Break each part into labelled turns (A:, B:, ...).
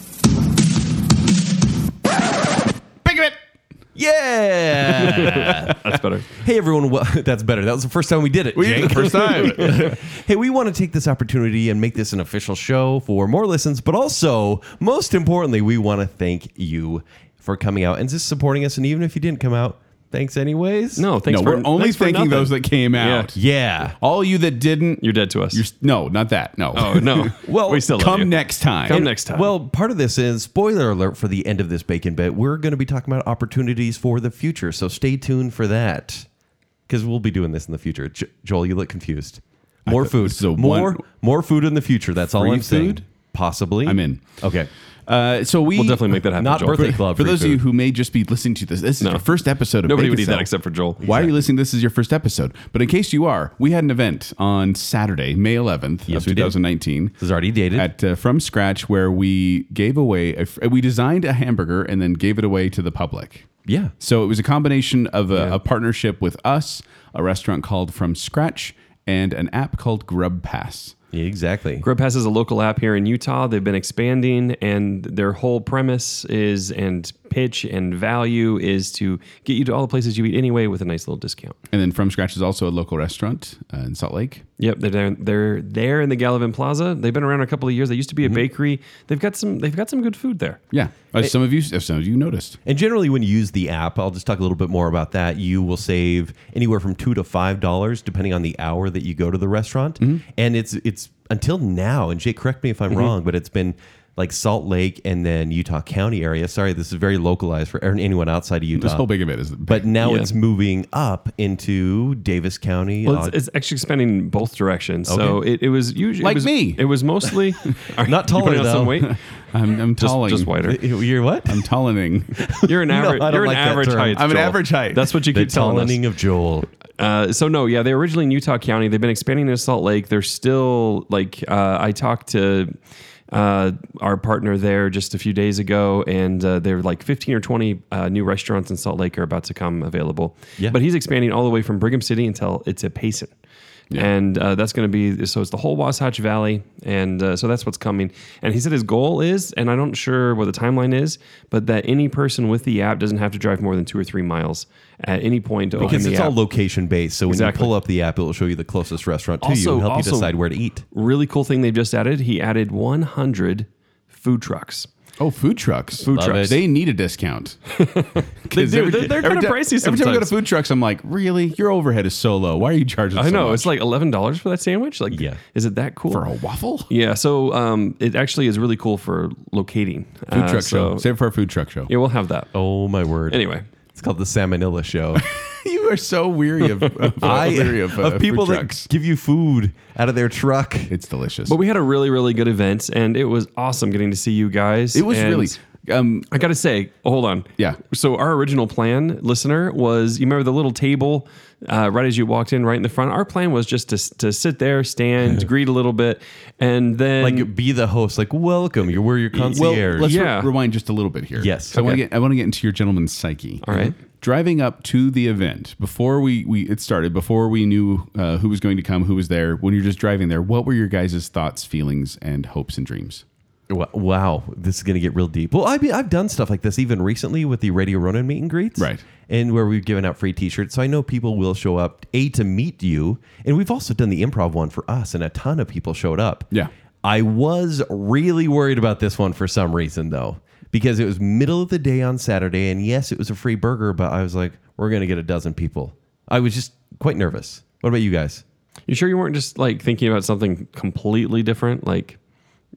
A: Yeah.
B: That's better.
A: hey, everyone. Well, that's better. That was the first time we did it.
B: We did
A: Jake.
B: it the first time.
A: Hey, we want to take this opportunity and make this an official show for more listens, but also, most importantly, we want to thank you for coming out and just supporting us. And even if you didn't come out, thanks anyways.
B: No, thanks
C: no,
B: for
C: we're only
B: thanks for
C: thanking
B: nothing.
C: those that came out.
A: Yeah.
C: All you that didn't,
B: You're dead to us.
C: you're s- no, not that. No.
B: oh no.
A: Well,
B: we still love you.
C: Come next time.
B: Come next time.
A: Well, part of this is spoiler alert for the end of this bacon bit. We're going to be talking about opportunities for the future, so stay tuned for that because we'll be doing this in the future. Jo- Joel, you look confused. More
C: thought
A: food,
C: this is a
A: more
C: one-
A: more food in the future. That's all
C: Free
A: I'm saying.
C: food?
A: Possibly,
C: I'm in.
A: Okay,
C: Uh, so we
B: we'll definitely make that happen.
A: not
B: Joel.
A: birthday club.
C: For
A: free
C: those of you
A: food.
C: who may just be listening to this, this is
B: No.
C: your first episode of
B: Nobody
C: Bacon
B: would eat
C: Cell.
B: that except for Joel.
C: Why are you listening? This is your first episode. But in case you are, we had an event on Saturday, May 11th
A: Yes,
C: of
A: we did.
C: 2019
A: this is already dated.
C: at uh, From Scratch, where we gave away, a, fr- we designed a hamburger and then gave it away to the public.
A: yeah,
C: So it was a combination of a, a partnership with us, a restaurant called From Scratch, and an app called Grub Pass.
A: Yeah, exactly.
B: Grub Pass is a local app here in Utah. They've been expanding, and their whole premise is and pitch and value is to get you to all the places you eat anyway with a nice little discount.
C: And then From Scratch is also a local restaurant uh, in Salt Lake.
B: Yep, they're there, they're there in the Gallivan Plaza. They've been around a couple of years. They used to
C: Mm-hmm.
B: be a bakery. They've got some they've got some good food there.
C: Yeah, as some of you, as some of you noticed.
A: And generally, when you use the app, I'll just talk a little bit more about that. You will save anywhere from two to five dollars, depending on the hour that you go to the restaurant.
B: Mm-hmm.
A: And it's it's until now. And Jake, correct me if I'm wrong, but it's been like Salt Lake and then Utah County area. Sorry, this is very localized for anyone outside of Utah.
B: Uh,
C: This whole big event is
A: but now
B: Yeah.
A: it's moving up into Davis County. Uh,
B: Well,
A: Og-
B: it's, it's actually expanding both directions. So it, it was usually
C: Uh, Like
B: it was,
C: me.
B: It was mostly
A: Not
B: You putting
A: taller,
B: on some
A: though. Uh,
B: weight.
C: I'm, I'm
B: Just,
C: talling.
B: just wider.
A: You're what?
C: I'm talling.
B: You're an average.
A: I don't
B: you're an
A: like that
B: average
A: term.
B: height.
C: I'm an
B: Joel.
C: average height.
B: That's what you
A: The
B: keep telling us.
A: talenting of Joel.
B: Uh, so no, yeah, they're originally in Utah County. They've been expanding into Salt Lake. They're still like uh, I talked to uh, our partner there just a few days ago, and uh, they're like 15 or 20 uh, new restaurants in Salt Lake are about to come available.
A: Yeah.
B: But he's expanding all the way from Brigham City until it's a Payson. And uh, that's going to be so it's the whole Wasatch Valley, and uh, so that's what's coming. And he said his goal is, and I don't sure what the timeline is, but that any person with the app doesn't have to drive more than two or three miles at any point to
A: Because
B: open the
A: it's
B: app.
A: all location based. So when
B: Exactly.
A: you pull up the app, it will show you the closest restaurant to you
B: Also-
A: and help
B: also-
A: you decide where to eat.
B: really cool thing they've just added. He added 100 food trucks.
C: Oh, food trucks. Food
A: Love trucks. it.
C: They need a discount. they
B: do. They're- they're kinda pricey
C: Every time I go to
B: sometimes.
C: food trucks, I'm like, really? Your overhead is so low. Why are you charging
B: I
C: so
B: know
C: much?
B: it's like eleven dollars for that sandwich. Like,
A: Yeah.
B: is it that cool?
C: For a waffle?
B: yeah, so um, it actually is really cool for locating uh,
C: Food truck
B: So
C: show. Save it for a food truck show.
B: yeah, we'll have that.
A: Oh my word.
B: Anyway,
A: It's called the Salmonella Show.
C: you are so weary of, of, weary of, uh,
A: of people
C: food
A: that
C: trucks.
A: give you food out of their truck.
C: It's delicious.
B: but we had a really really good event, and it was awesome getting to see you guys.
C: it was
B: And
C: really. Um,
B: I gotta say, hold on.
C: Yeah.
B: So our original plan, listener, was you remember the little table uh, right as you walked in, right in the front. Our plan was just to to sit there, stand, greet a little bit, and then
A: Like be the host. Like welcome. You're where your
C: well,
A: concierge.
C: let's re-
B: Yeah.
C: rewind just a little bit here.
A: Yes.
C: So I want
B: Okay.
C: to get I want to get into your gentleman's psyche.
B: All right.
C: Driving up to the event before we, we it started before we knew uh, who was going to come who was there when you're just driving there what were your guys' thoughts feelings and hopes and dreams
A: Wa- Wow, this is going to get real deep. Well, I mean, I've done stuff like this even recently with the Radio Ronan meet and greets,
C: Right.
A: And where we've given out free T-shirts, so I know people will show up a to meet you, and we've also done the improv one for us, and a ton of people showed up.
C: Yeah.
A: I was really worried about this one for some reason though, because it was middle of the day on Saturday, and yes, it was a free burger, but I was like, we're going to get a dozen people. I was just quite nervous. What about you guys?
B: You sure you weren't just like thinking about something completely different? Like,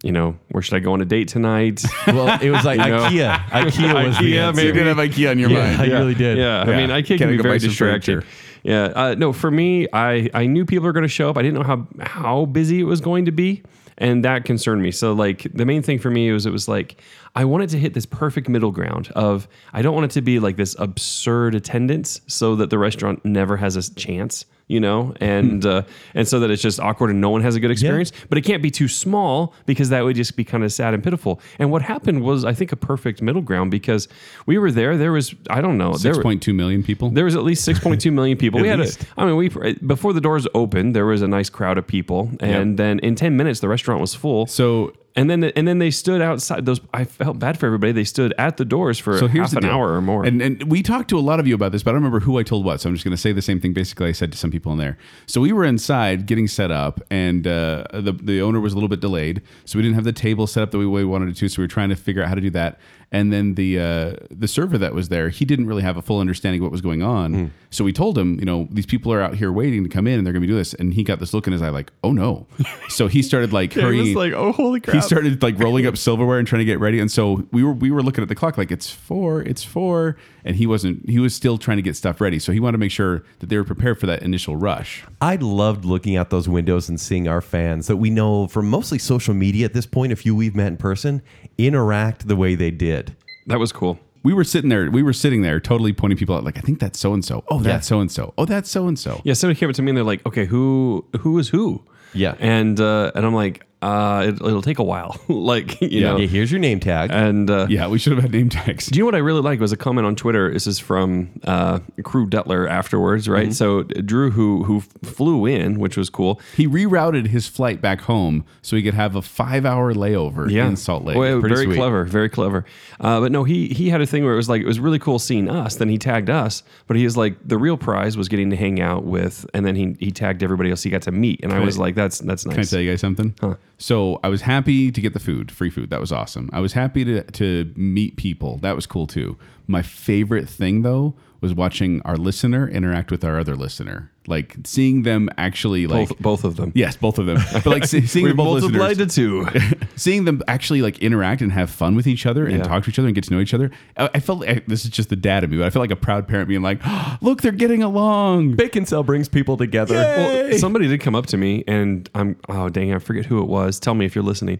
B: you know, where should I go on a date tonight?
A: Well, it was like
B: You know?
A: IKEA. IKEA was the
B: IKEA,
A: answer.
B: maybe. You did
C: have IKEA on your
A: Yeah, I really did.
B: yeah,
C: Yeah.
B: I mean, I can
C: Can I
B: be
C: go buy
B: very
C: some
B: distracting.
C: furniture?
B: Yeah, uh, no, for me, I I knew people were going to show up. I didn't know how how busy it was going to be, and that concerned me. So like the main thing for me was it was like I wanted to hit this perfect middle ground of I don't want it to be like this absurd attendance so that the restaurant never has a s- chance. You know, and uh, and so that it's just awkward and no one has a good experience. But it can't be too small because that would just be kind of sad and pitiful. And what happened was, I think, a perfect middle ground because we were there. There was I don't know there
C: six
B: were-
C: point two million people
B: there was at least 6.2 million people. we had a,
A: least.
B: I mean, we before the doors opened, there was a nice crowd of people, and then in 10 minutes the restaurant was full.
C: so
B: And then and then they stood outside. Those I felt bad for everybody. They stood at the doors for
C: So here's
B: half
C: the
B: an
C: deal.
B: hour or more.
C: And, and we talked to a lot of you about this, but I don't remember who I told what. So I'm just going to say the same thing basically I said to some people in there. So we were inside getting set up, and uh, the, the owner was a little bit delayed. So we didn't have the table set up the way we wanted it to. So we were trying to figure out how to do that. And then the uh, the server that was there, he didn't really have a full understanding of what was going on.
B: Hmm.
C: So we told him, you know, these people are out here waiting to come in and they're going to be doing this. And he got this look in his eye like, oh no. so he started like
B: It was
C: hurrying.
B: like, oh holy crap!
C: He started like rolling up silverware and trying to get ready, and so we were we were looking at the clock like it's four, it's four, and he wasn't. He was still trying to get stuff ready, so he wanted to make sure that they were prepared for that initial rush.
A: I loved looking out those windows and seeing our fans that we know from mostly social media at this point, a few we've met in person, interact the way they did.
B: that was cool.
C: We were sitting there. We were sitting there, totally pointing people out. Like I think that's so and so. Oh,
A: Yeah.
C: that's so and so. Oh, that's so and so.
B: Yeah, somebody came up to me and they're like, okay, who who is who?
A: Yeah.
B: and uh, and I'm like, uh, it, it'll take a while. like you know,
A: Yeah, here's your name tag.
B: and uh,
C: Yeah, we should have had name tags.
B: Do you know what I really like was a comment on Twitter. This is from uh, Crew Dutler afterwards, right?
C: Mm-hmm.
B: So Drew, who who flew in, which was cool.
C: He rerouted his flight back home so he could have a five-hour layover in Salt Lake.
B: Well,
C: Pretty
B: very
C: sweet.
B: clever, very clever. Uh, but no, he he had a thing where it was like it was really cool seeing us. Then he tagged us, but he was like the real prize was getting to hang out with, and then he he tagged everybody else he got to meet, and I was like, that's that's
C: Can I
B: nice.
C: tell you guys something? So I was happy to get the food, free food. That was awesome. I was happy to, to meet people. That was cool too. My favorite thing though was watching our listener interact with our other listener, like seeing them actually like.
B: both both of them.
C: Yes, both of them. But like see- seeing
B: We
C: the both
B: multiplied
C: listeners,
B: to two.
C: seeing them actually like interact and have fun with each other and
B: Yeah.
C: talk to each other and get to know each other. I, I felt like this is just the dad of me, but I felt like a proud parent being like, "Look, they're getting along."
A: Bacon Cell brings people together.
B: Well, somebody did come up to me, and I'm oh dang, I forget who it was. Tell me if you're listening.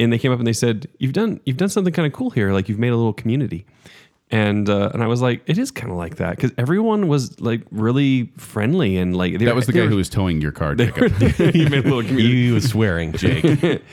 B: And they came up and they said, "You've done you've done something kind of cool here. Like you've made a little community." And uh, and I was like, "It is kind of like that because everyone was like really friendly and like they
C: That
B: were-
C: was the
B: they
C: guy
B: were-
C: who was towing your car. Jacob.
B: you made a little community.
A: He was swearing, Jake.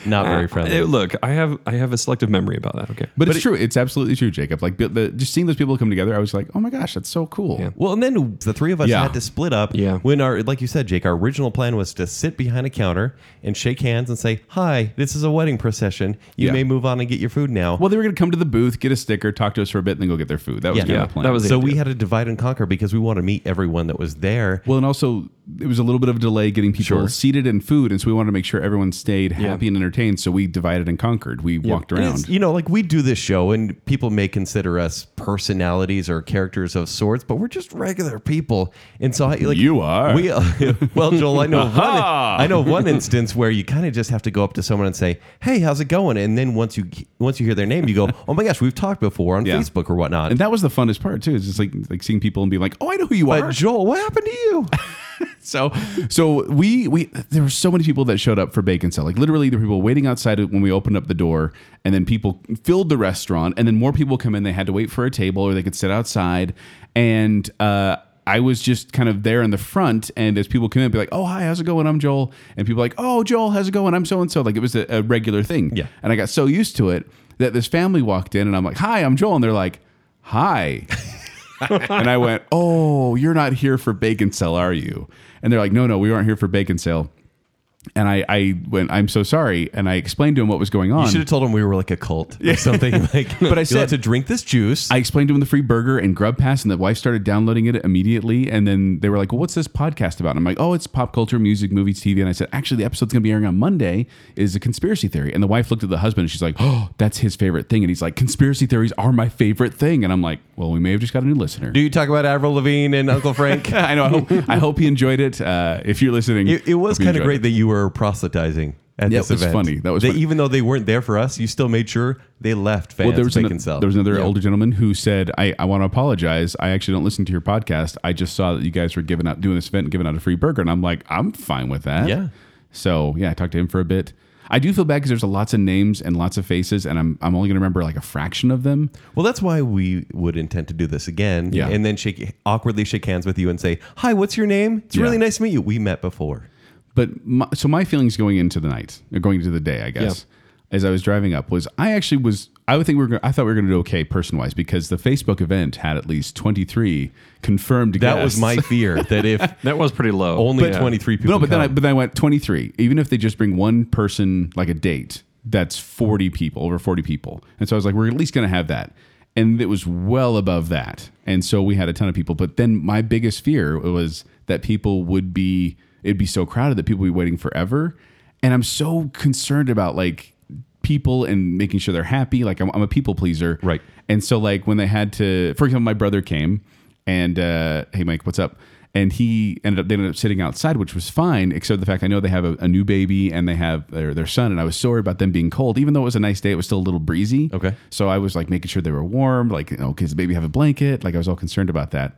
A: Not very friendly.
B: Uh, look, I have I have a selective memory about that. Okay,
C: But, it's true. It's absolutely true, Jacob. Like the, the, just seeing those people come together, I was like, oh my gosh, that's so cool.
B: Yeah.
A: Well, and then the three of us
C: Yeah.
A: had to split up.
B: Yeah.
A: When our, like you said, Jake, our original plan was to sit behind a counter and shake hands and say, "Hi, this is a wedding procession. You
C: Yeah.
A: may move on and get your food now."
C: Well, they were going to come to the booth, get a sticker, talk to us for a bit, and then go get their food. That was
A: Yeah.
C: kind
B: yeah,
C: of the plan.
B: that was it.
A: so we had to divide and conquer because we wanted to meet everyone that was there.
C: well, and also it was a little bit of a delay getting people seated and food, and so we wanted to make sure everyone stayed happy and entertained. So we divided and conquered. We walked
A: And it's-
C: around.
A: You know, like we do this show, and people may consider us personalities or characters of sorts, but we're just regular people. And so, I, like
C: You are.
A: We uh, well, Joel, I know one. I know one instance where you kind of just have to go up to someone and say, "Hey, how's it going?" And then once you once you hear their name, you go, "Oh my gosh, we've talked before on
C: Yeah.
A: Facebook or whatnot."
C: And that was the funnest part too. It's just like like seeing people and being like, oh, I know who you
A: but
C: are.
A: Joel, what happened to you?
C: So so we we there were so many people that showed up for bacon cell. Like literally there were people waiting outside when we opened up the door and then people filled the restaurant and then more people come in they had to wait for a table or they could sit outside and uh I was just kind of there in the front, and as people come in, be like, "Oh, hi, how's it going? I'm Joel." And people like, "Oh, Joel, how's it going? I'm so and so." Like it was a, a regular thing.
A: Yeah.
C: And I got so used to it that this family walked in, and I'm like, "Hi, I'm Joel," and they're like, "Hi." and I went, "Oh, you're not here for bacon sale, are you?" And they're like, "No, no, we aren't here for bacon sale." And I, I went, "I'm so sorry," and I explained to him what was going
A: You
C: on.
A: should have told him we were like a cult or something. Like,
C: But I
A: "You'll have
C: said-
A: to drink this juice.
C: I explained to him the free burger and Grub Pass, and the wife started downloading it immediately. And then they were like, "Well, what's this podcast about?" And I'm like, "Oh, it's pop culture, music, movies, TV." And I said, "Actually, the episode's going to be airing on Monday. Is a conspiracy theory." And the wife looked at the husband, and she's like, "Oh, that's his favorite thing." And he's like, "Conspiracy theories are my favorite thing." And I'm like, "Well, we may have just got a new listener."
A: do you talk about Avril Lavigne and Uncle Frank?
C: I know. I hope, I hope he enjoyed it. Uh, if you're listening,
A: It, it was
C: hope you
A: kind of
C: enjoyed
A: great that you were proselytizing at
C: Yeah,
A: this
C: it was
A: event.
C: funny. That was funny.
A: even though they weren't there for us, you still made sure they left fans
C: Well, there was,
A: they
C: an,
A: can sell.
C: there was another older gentleman who said, I, I want to apologize. I actually don't listen to your podcast. I just saw that you guys were giving out, doing this event and giving out a free burger. And I'm like, I'm fine with that.
A: Yeah.
C: So, yeah, I talked to him for a bit. I do feel bad because there's lots of names and lots of faces, and I'm, I'm only going to remember like a fraction of them.
A: well, that's why we would intend to do this again.
C: Yeah.
A: And then shake awkwardly shake hands with you and say, Hi, what's your name? It's
C: Yeah.
A: really nice to meet you. We met before.
C: But my, so my feelings going into the night, or going into the day, I guess, as I was driving up, was I actually was I would think we were gonna- I thought we were going to do okay person wise because the Facebook event had at least 23 confirmed.
A: That was
C: guests.
A: my fear that if
B: that was pretty low.
A: only
B: Yeah.
A: 23 people
C: uh, no, but then I,
A: come-
C: but then I went 23. Even if they just bring one person like a date, that's 40 people, over 40 people. And so I was like, we're at least going to have that. And it was well above that. And so we had a ton of people. But then my biggest fear was that people would be, it'd be so crowded that people would be waiting forever. And I'm so concerned about like people and making sure they're happy. Like I'm, I'm a people pleaser.
A: Right.
C: And so like when they had to, for example, my brother came and uh, hey Mike, what's up? And he ended up they ended up sitting outside, which was fine, except the fact I know they have a, a new baby and they have their, their son, and I was sorry about them being cold, even though it was a nice day, it was still a little breezy.
A: Okay.
C: So I was like making sure they were warm, like you know, does the baby have a blanket? Like I was all concerned about that.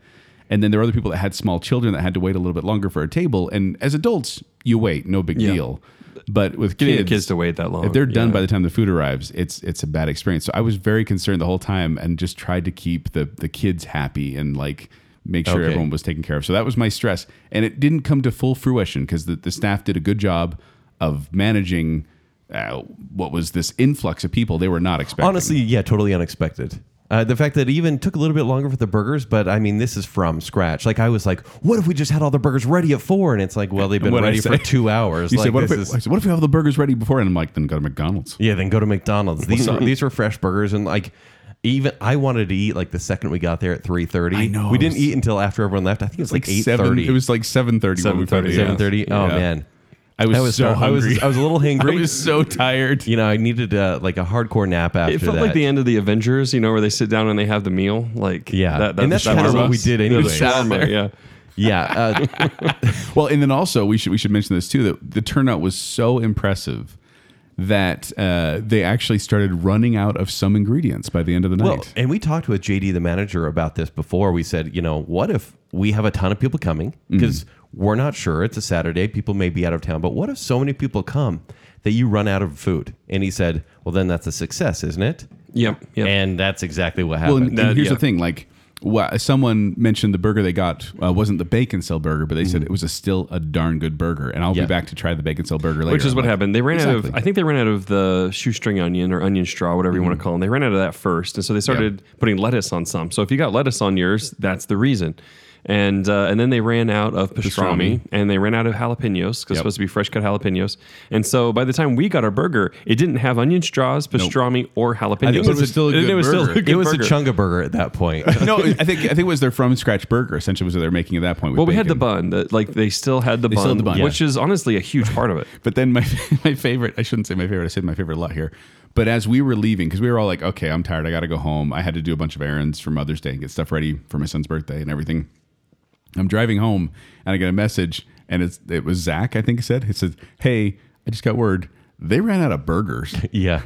C: And then there were other people that had small children that had to wait a little bit longer for a table. And as adults, you wait, no big deal. But with
B: Getting
C: kids,
B: the kids to wait that long.
C: if they're done
B: yeah.
C: by the time the food arrives, it's it's a bad experience. So I was very concerned the whole time and just tried to keep the the kids happy and like make sure
A: Okay.
C: everyone was taken care of. So that was my stress, and it didn't come to full fruition because the, the staff did a good job of managing uh, what was this influx of people they were not expecting.
A: Honestly, yeah, totally unexpected. Uh, the fact that it even took a little bit longer for the burgers, but I mean, this is from scratch. Like I was like, what if we just had all the burgers ready at four? And it's like, well, they've been
C: What'd I
A: ready
C: say?
A: for two hours.
C: you
A: like
C: said, what if,
A: this
C: we,
A: is-
C: I said, what if we have the burgers ready before? And I'm like, then go to McDonald's.
A: Yeah, then go to McDonald's. These are these are fresh burgers and like even I wanted to eat like the second we got there at three thirty.
C: I know.
A: We didn't eat until after everyone left. I think it was like eight
C: seven.
A: thirty.
C: It was like seven thirty.
A: seven thirty. Oh man.
C: I was,
A: I was
C: so
A: so I was
C: hungry.
A: I was a little hangry.
C: I was so tired.
A: you know, I needed uh, like a hardcore nap after
B: It felt
A: that.
B: like the end of the Avengers, you know, where they sit down and they have the meal. Like
A: Yeah.
B: that, that,
A: And that's
B: that
A: kinda
B: was
A: what
B: us.
A: we did
B: The
A: anyways.
B: shawarma, yeah.
A: yeah. Uh,
C: Well, and then also we should we should mention this too that the turnout was so impressive that uh, they actually started running out of some ingredients by the end of the
A: well,
C: night.
A: and we talked with JD the manager about this before. We said, you know, what if we have a ton of people coming
C: Mm-hmm.
A: because we're not sure. It's a Saturday. People may be out of town, but what if so many people come that you run out of food? And he said, well, then that's a success, isn't it?
B: Yep. Yep.
A: And that's exactly what
C: Well,
A: happened.
C: and, and
B: That-
C: here's
B: yeah.
C: the thing: like, wha- someone mentioned the burger they got uh, wasn't the bacon cell burger, but they said
B: Mm-hmm.
C: it was a still a darn good burger, and I'll
A: Yeah.
C: be back to try the bacon cell burger later.
B: Which is
C: I'm
B: what
C: like,
B: happened. They ran out of.
C: Exactly.
B: I think they ran out of the shoestring onion or onion straw, whatever you
C: Mm-hmm.
B: want to call them. They ran out of that first, and so they started putting lettuce on some. So if you got lettuce on yours, that's the reason. And uh, and then they ran out of pastrami,
C: Pastrami.
B: and they ran out of jalapenos because it's supposed to be fresh cut jalapenos. And so by the time we got our burger, it didn't have onion straws, pastrami, or jalapenos.
C: it was still a
B: And
C: good
B: it was still a
C: burger.
B: good
A: it was
B: burger.
A: a chunga burger at that point.
C: no, I think I think it was their from scratch burger essentially was what they're making at that point. with
B: Well, we had the
C: bacon.
B: bun. The, like they still had the, bun,
C: still had the bun.
B: which is honestly a huge part of it.
C: But then my my favorite, I shouldn't say my favorite, I said my favorite a lot here. But as we were leaving, because we were all like, okay, I'm tired, I gotta go home. I had to do a bunch of errands for Mother's Day and get stuff ready for my son's birthday and everything. I'm driving home and I get a message, and it's it was Zach, I think he said. He said, Hey, I just got word. They ran out of burgers.
A: yeah.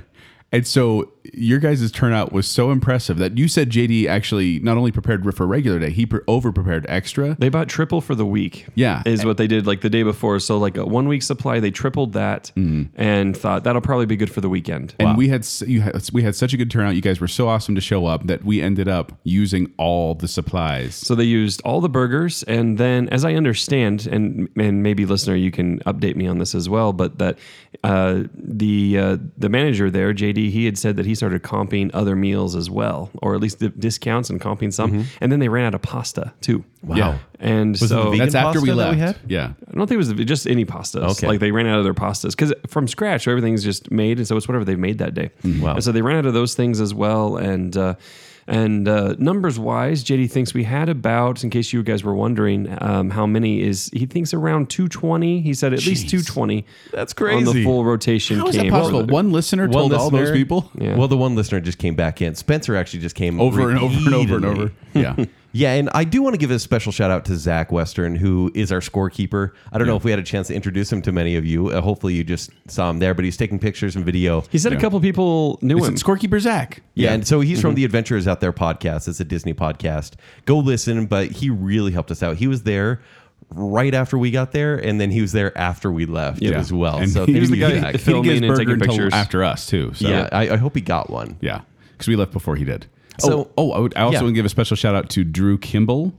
C: And so your guys' turnout was so impressive that you said JD actually not only prepared for regular day, he pre- over prepared extra.
B: They bought triple for the week.
C: Yeah.
B: Is what they did like the day before. So, like a one week supply, they tripled that
A: Mm-hmm.
B: and thought that'll probably be good for the weekend.
C: And we had s- you had, we had such a good turnout. You guys were so awesome to show up that we ended up using all the supplies.
B: So, they used all the burgers. And then, as I understand, and, and maybe listener, you can update me on this as well, but that uh, the, uh, the manager there, JD, he had said that he started comping other meals as well, or at least di- discounts and comping some. And then they ran out of pasta too. Wow.
C: Yeah.
B: And
A: Mm-hmm. Was it
B: so
A: the vegan
C: That's after we
A: pasta that
C: left.
A: we
C: Yeah.
B: I don't think it was just any pastas.
A: Okay.
B: Like they ran out of their pastas because from scratch, everything's just made, and so it's whatever they've made that day.
C: Mm-hmm.
A: Wow.
B: And so they ran out of those things as well. And uh, and uh, numbers wise, JD thinks we had about, in case you guys were wondering, um, how many is he thinks around two twenty. He said at least two twenty.
A: That's
B: on the
A: crazy.
B: full rotation.
C: How is that
B: came
C: possible?
B: for the-
C: One listener
A: One
C: told all those
A: listener-
C: people
B: Yeah.
A: Well, the one listener just came back in. Spencer actually just came
C: over and over and over and
A: repeatedly.
C: over. Yeah.
A: Yeah, and I do want to give a special shout out to Zach Western, who is our scorekeeper. I don't know if we had a chance to introduce him to many of you. Uh, hopefully, you just saw him there, but he's taking pictures and video.
B: He said a couple people knew
C: It's
B: him.
C: scorekeeper Zach.
A: Yeah, and so he's
C: Mm-hmm.
A: from the Adventurers Out There podcast. It's a Disney podcast. Go listen, but he really helped us out. He was there right after we got there, and then he was there after we left
C: Yeah.
A: as well.
C: And
A: so
C: he
A: thank
C: was the
A: you,
B: guy-
A: Zach.
B: He
C: didn't
B: filming
C: get his
B: and
C: burger
B: taking
C: until
B: pictures.
C: after us too. So
A: yeah, I, I hope he got one.
C: Yeah, because we left before he did.
A: So-
C: oh, oh, I, would, I also
A: yeah.
C: want to give a special shout out to Drew Kimball,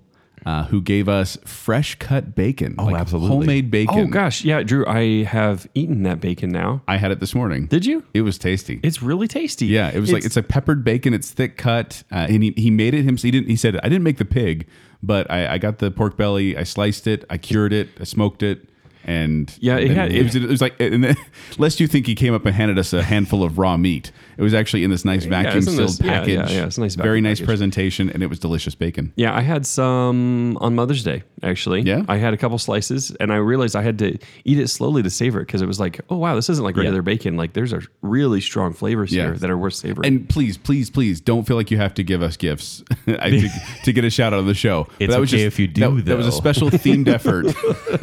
C: uh, who gave us fresh cut bacon. Oh,
A: absolutely.
C: homemade bacon.
B: Oh gosh, yeah, Drew, I have eaten that bacon now.
C: I had it this morning.
B: Did you?
C: It was tasty.
B: It's really tasty.
C: Yeah, it was like it's a peppered bacon. It's thick cut, uh, and he, he made it himself. He didn't. He said I didn't make the pig, but I, I got the pork belly. I sliced it. I cured it. I smoked it. And
B: Yeah, it
C: and
B: had-
C: it, was, it was like, and then, lest you think he came up and handed us a handful of raw meat. It was actually in this nice vacuum
B: it's in
C: sealed
B: this- yeah,
C: package.
B: yeah, yeah, it's a nice
C: very
B: vacuum
C: nice
B: package.
C: presentation, and it was delicious bacon.
B: Yeah, I had some on Mother's Day, actually.
C: Yeah?
B: I had a couple slices and I realized I had to eat it slowly to savor it because it was like, oh, wow, this isn't like regular bacon. Like, there's a really strong flavors
C: Yeah.
B: here that are worth savoring.
C: And please, please, please don't feel like you have to give us gifts I, to, to get a shout out of the show. But
A: It's okay if you do,
C: That, that was a
A: though.
C: special themed effort.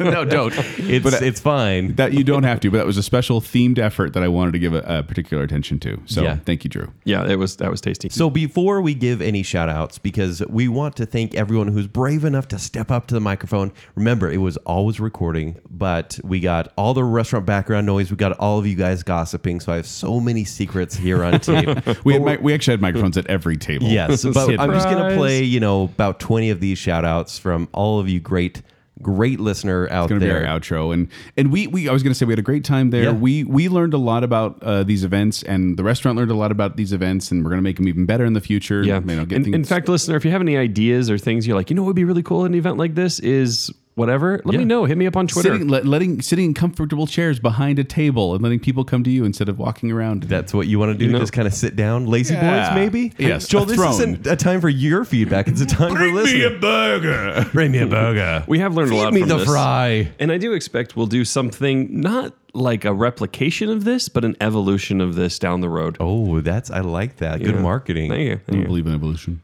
C: no, don't.
A: It's
C: But, uh,
A: it's fine.
C: That you don't have to, but that was a special themed effort that I wanted to give a, a particular attention to. So
A: Yeah.
C: thank you, Drew.
B: yeah, it was, that was tasty.
A: So before we give any shout outs, because we want to thank everyone who's brave enough to step up to the microphone. Remember, it was always recording, but we got all the restaurant background noise. We got all of you guys gossiping. So I have so many secrets here on tape.
C: We had, mi- we actually had microphones at every table.
A: Yes, but I'm just going to
B: Surprise.
A: play, you know, about 20 of these shout outs from all of you great, great listener out
C: It's gonna
A: there.
C: be our outro, and and we we I was gonna say we had a great time there.
A: Yeah.
C: We we learned a lot about uh, these events, and the restaurant learned a lot about these events, and we're gonna make them even better in the future.
B: Yeah.
C: you know, get
B: in, in
C: things-
B: fact, listener, if you have any ideas or things you're like, you know, what would be really cool at an event like this is whatever, let me know. Hit me up on Twitter.
C: sitting let, letting sitting in comfortable chairs behind a table and letting people come to you instead of walking around.
A: That's what you want to do?
B: know-
A: just kind of sit down, lazy
C: Yeah.
A: boys, maybe?
C: Yes,
A: Joel,
C: a
A: this
C: throne.
A: isn't a time for your feedback. It's a time for listening.
C: burger.
A: Bring me a burger.
B: we have learned a lot
A: Feed me
B: from
A: the
B: this.
A: fry.
B: And I do expect we'll do something not like a replication of this, but an evolution of this down the road.
A: Oh, that's I like that. Good
B: Yeah.
A: marketing.
B: Thank you.
C: I
B: Thank
C: don't
B: you.
C: believe in evolution.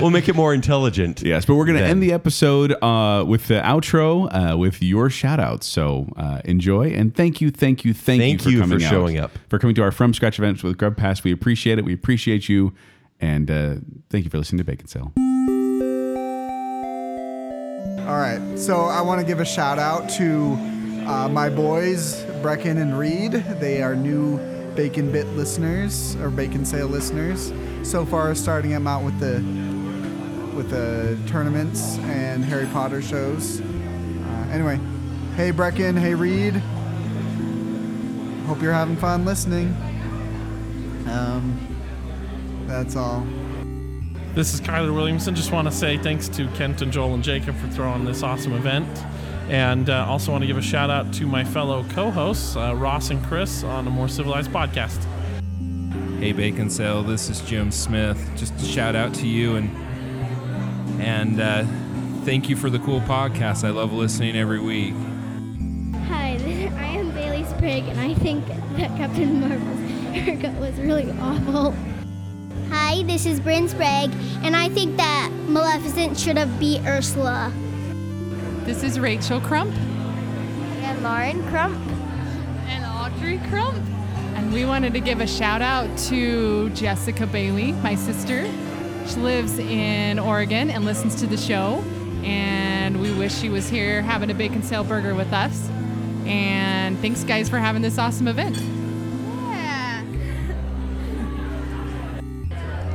A: We'll make it more intelligent.
C: Yes, but we're gonna end the episode uh, with the outro uh, with your shout outs. So uh, enjoy and thank you, thank you, thank,
A: Thank
C: you for
A: you for
C: coming out,
A: showing up.
C: for coming to our from scratch events with Grub Pass. We appreciate it. We appreciate you, and uh, thank you for listening to Bacon Sale.
D: All right. So I want to give a shout out to uh, my boys, Brecken and Reed. They are new Bacon Bit listeners or Bacon Sale listeners. So far, starting them out with the with the tournaments and Harry Potter shows. Uh, anyway, hey Brecken, hey Reed. Hope you're having fun listening. Um, that's all.
E: This is Kyler Williamson. Just want to say thanks to Kent and Joel and Jacob for throwing this awesome event. And uh, also want to give a shout out to my fellow co hosts, uh, Ross and Chris, on a more civilized podcast.
F: Hey Bacon Sale, this is Jim Smith. Just a shout out to you and and uh, thank you for the cool podcast. I love listening every week.
G: Hi, I am Bailey Sprague, and I think that Captain Marvel's haircut was really awful. Hi, this is Bryn Sprague, and I think that Maleficent should have beat Ursula.
H: This is Rachel Crump
G: And Lauren Crump.
H: and Audrey Crump. And we wanted to give a shout out to Jessica Bailey, my sister. She lives in Oregon and listens to the show. And we wish she was here having a bacon sale burger with us. And thanks, guys, for having this awesome event.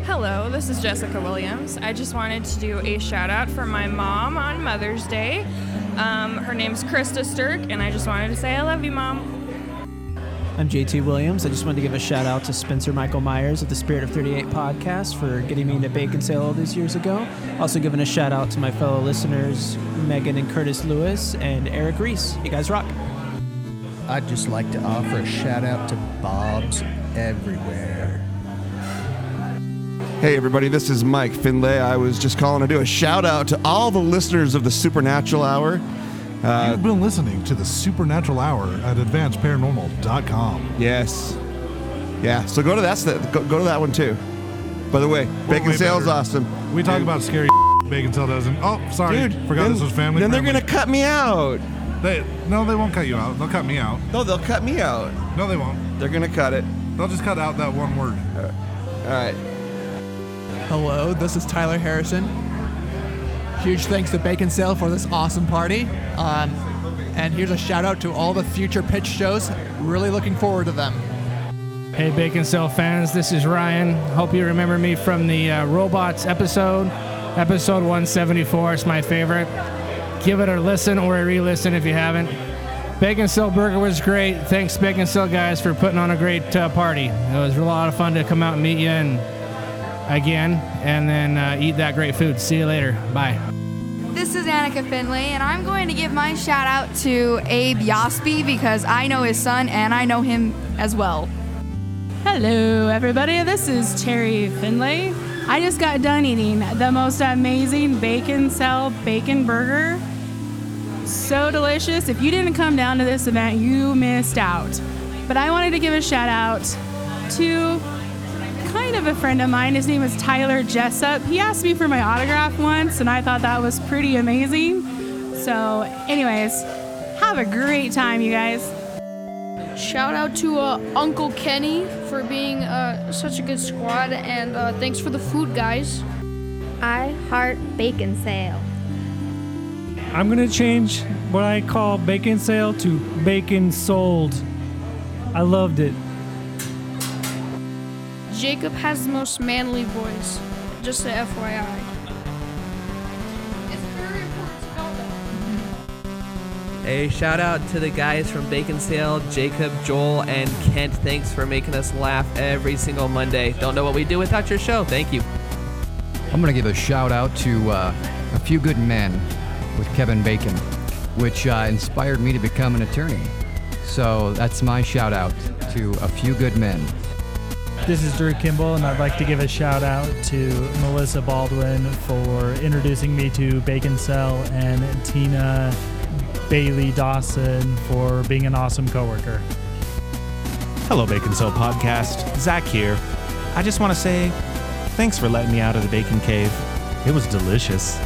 I: Hello, this is Jessica Williams. I just wanted to do a shout out for my mom on Mother's Day. Um, her name's Krista Sturk, and I just wanted to say I love you, mom.
J: I'm JT Williams. I just wanted to give a shout out to Spencer Michael Myers of the Spirit of 38 podcast for getting me into Bacon Sale all these years ago. Also, giving a shout out to my fellow listeners, Megan and Curtis Lewis and Eric Reese. You guys rock.
K: I'd just like to offer a shout out to Bob's everywhere.
L: Hey, everybody, this is Mike Finlay. I was just calling to do a shout out to all the listeners of the Supernatural Hour.
K: You've been listening to the Supernatural Hour at AdvancedParanormal.com.
L: Yes. Yeah, so go to that, go, go to that one too. By the way, Bacon
K: way
L: Sale's
K: better.
L: awesome.
K: We talk about scary Bacon Sale doesn't. Oh, sorry,
L: Dude,
K: forgot
L: then,
K: this was family.
L: Then they're
K: friendly.
L: going to cut me out.
K: They, no, they won't cut you out. They'll cut me out.
L: No, they'll cut me out.
K: No, they won't.
L: They're going to cut it.
K: They'll just cut out that one word.
L: All right.
J: Hello, this is Tyler Harrison. Huge thanks to Bacon Sale for this awesome party. Um, and here's a shout out to all the future pitch shows. Really looking forward to them.
I: Hey, Bacon Cell fans, this is Ryan. Hope you remember me from the uh, Robots episode, episode 174. It's my favorite. Give it a listen or a re listen if you haven't. Bacon Cell Burger was great. Thanks, Bacon Cell guys, for putting on a great uh, party. It was a lot of fun to come out and meet you and again, and then uh, eat that great food. See you later. Bye.
M: this is Annika Finley, and I'm going to give my shout out to Abe Yosby because I know his son and I know him as well.
N: Hello, everybody. This is Terry Finlay. I just got done eating the most amazing bacon cell bacon burger. So delicious. If you didn't come down to this event, you missed out. But I wanted to give a shout out to kind of a friend of mine. His name is Tyler Jessup. He asked me for my autograph once, and I thought that was pretty amazing. So, anyways, have a great time, you guys.
G: Shout out to uh, Uncle Kenny for being uh, such a good squad, and uh, thanks for the food, guys. I heart bacon sale.
O: I'm gonna change what I call bacon sale to bacon sold. I loved it.
G: Jacob has the most manly voice. Just a FYI.
P: A shout out to the guys from Bacon Sale, Jacob, Joel, and Kent. Thanks for making us laugh every single Monday. Don't know what we do without your show. Thank you.
D: I'm going to give a shout out to uh, A Few Good Men with Kevin Bacon, which uh, inspired me to become an attorney. So that's my shout out to A Few Good Men.
E: This is Drew Kimball, and I'd like to give a shout out to Melissa Baldwin for introducing me to Bacon Cell and Tina Bailey Dawson for being an awesome coworker.
Q: Hello, Bacon Cell Podcast. Zach here. I just want to say thanks for letting me out of the bacon cave. It was delicious.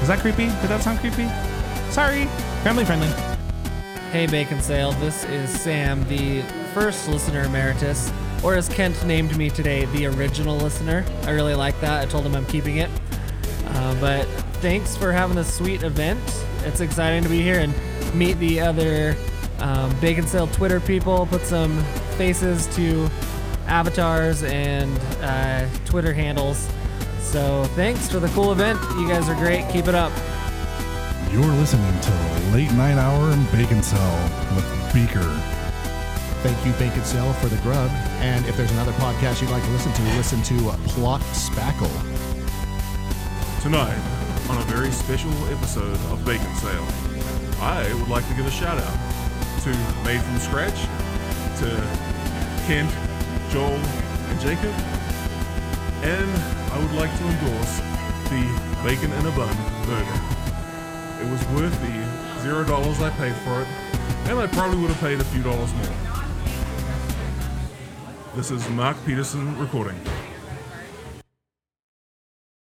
R: Was that creepy? Did that sound creepy? Sorry. Family friendly.
S: Hey, Bacon Sale. This is Sam, the first listener emeritus, or as Kent named me today, the original listener. I really like that. I told him I'm keeping it. Uh, but thanks for having this sweet event. It's exciting to be here and meet the other um, Bacon Sale Twitter people, put some faces to avatars and uh, Twitter handles. So thanks for the cool event. You guys are great. Keep it up.
T: You're listening to Late Night Hour and Bacon Cell with Beaker.
U: Thank you, Bacon Sale, for the grub. And if there's another podcast you'd like to listen to, listen to uh, Plot Spackle.
I: Tonight, on a very special episode of Bacon Sale, I would like to give a shout out to Made from Scratch, to Kent, Joel, and Jacob, and I would like to endorse the Bacon in a Bun burger. It was worth the zero dollars I paid for it, and I probably would have paid a few dollars more. This is Mark Peterson recording.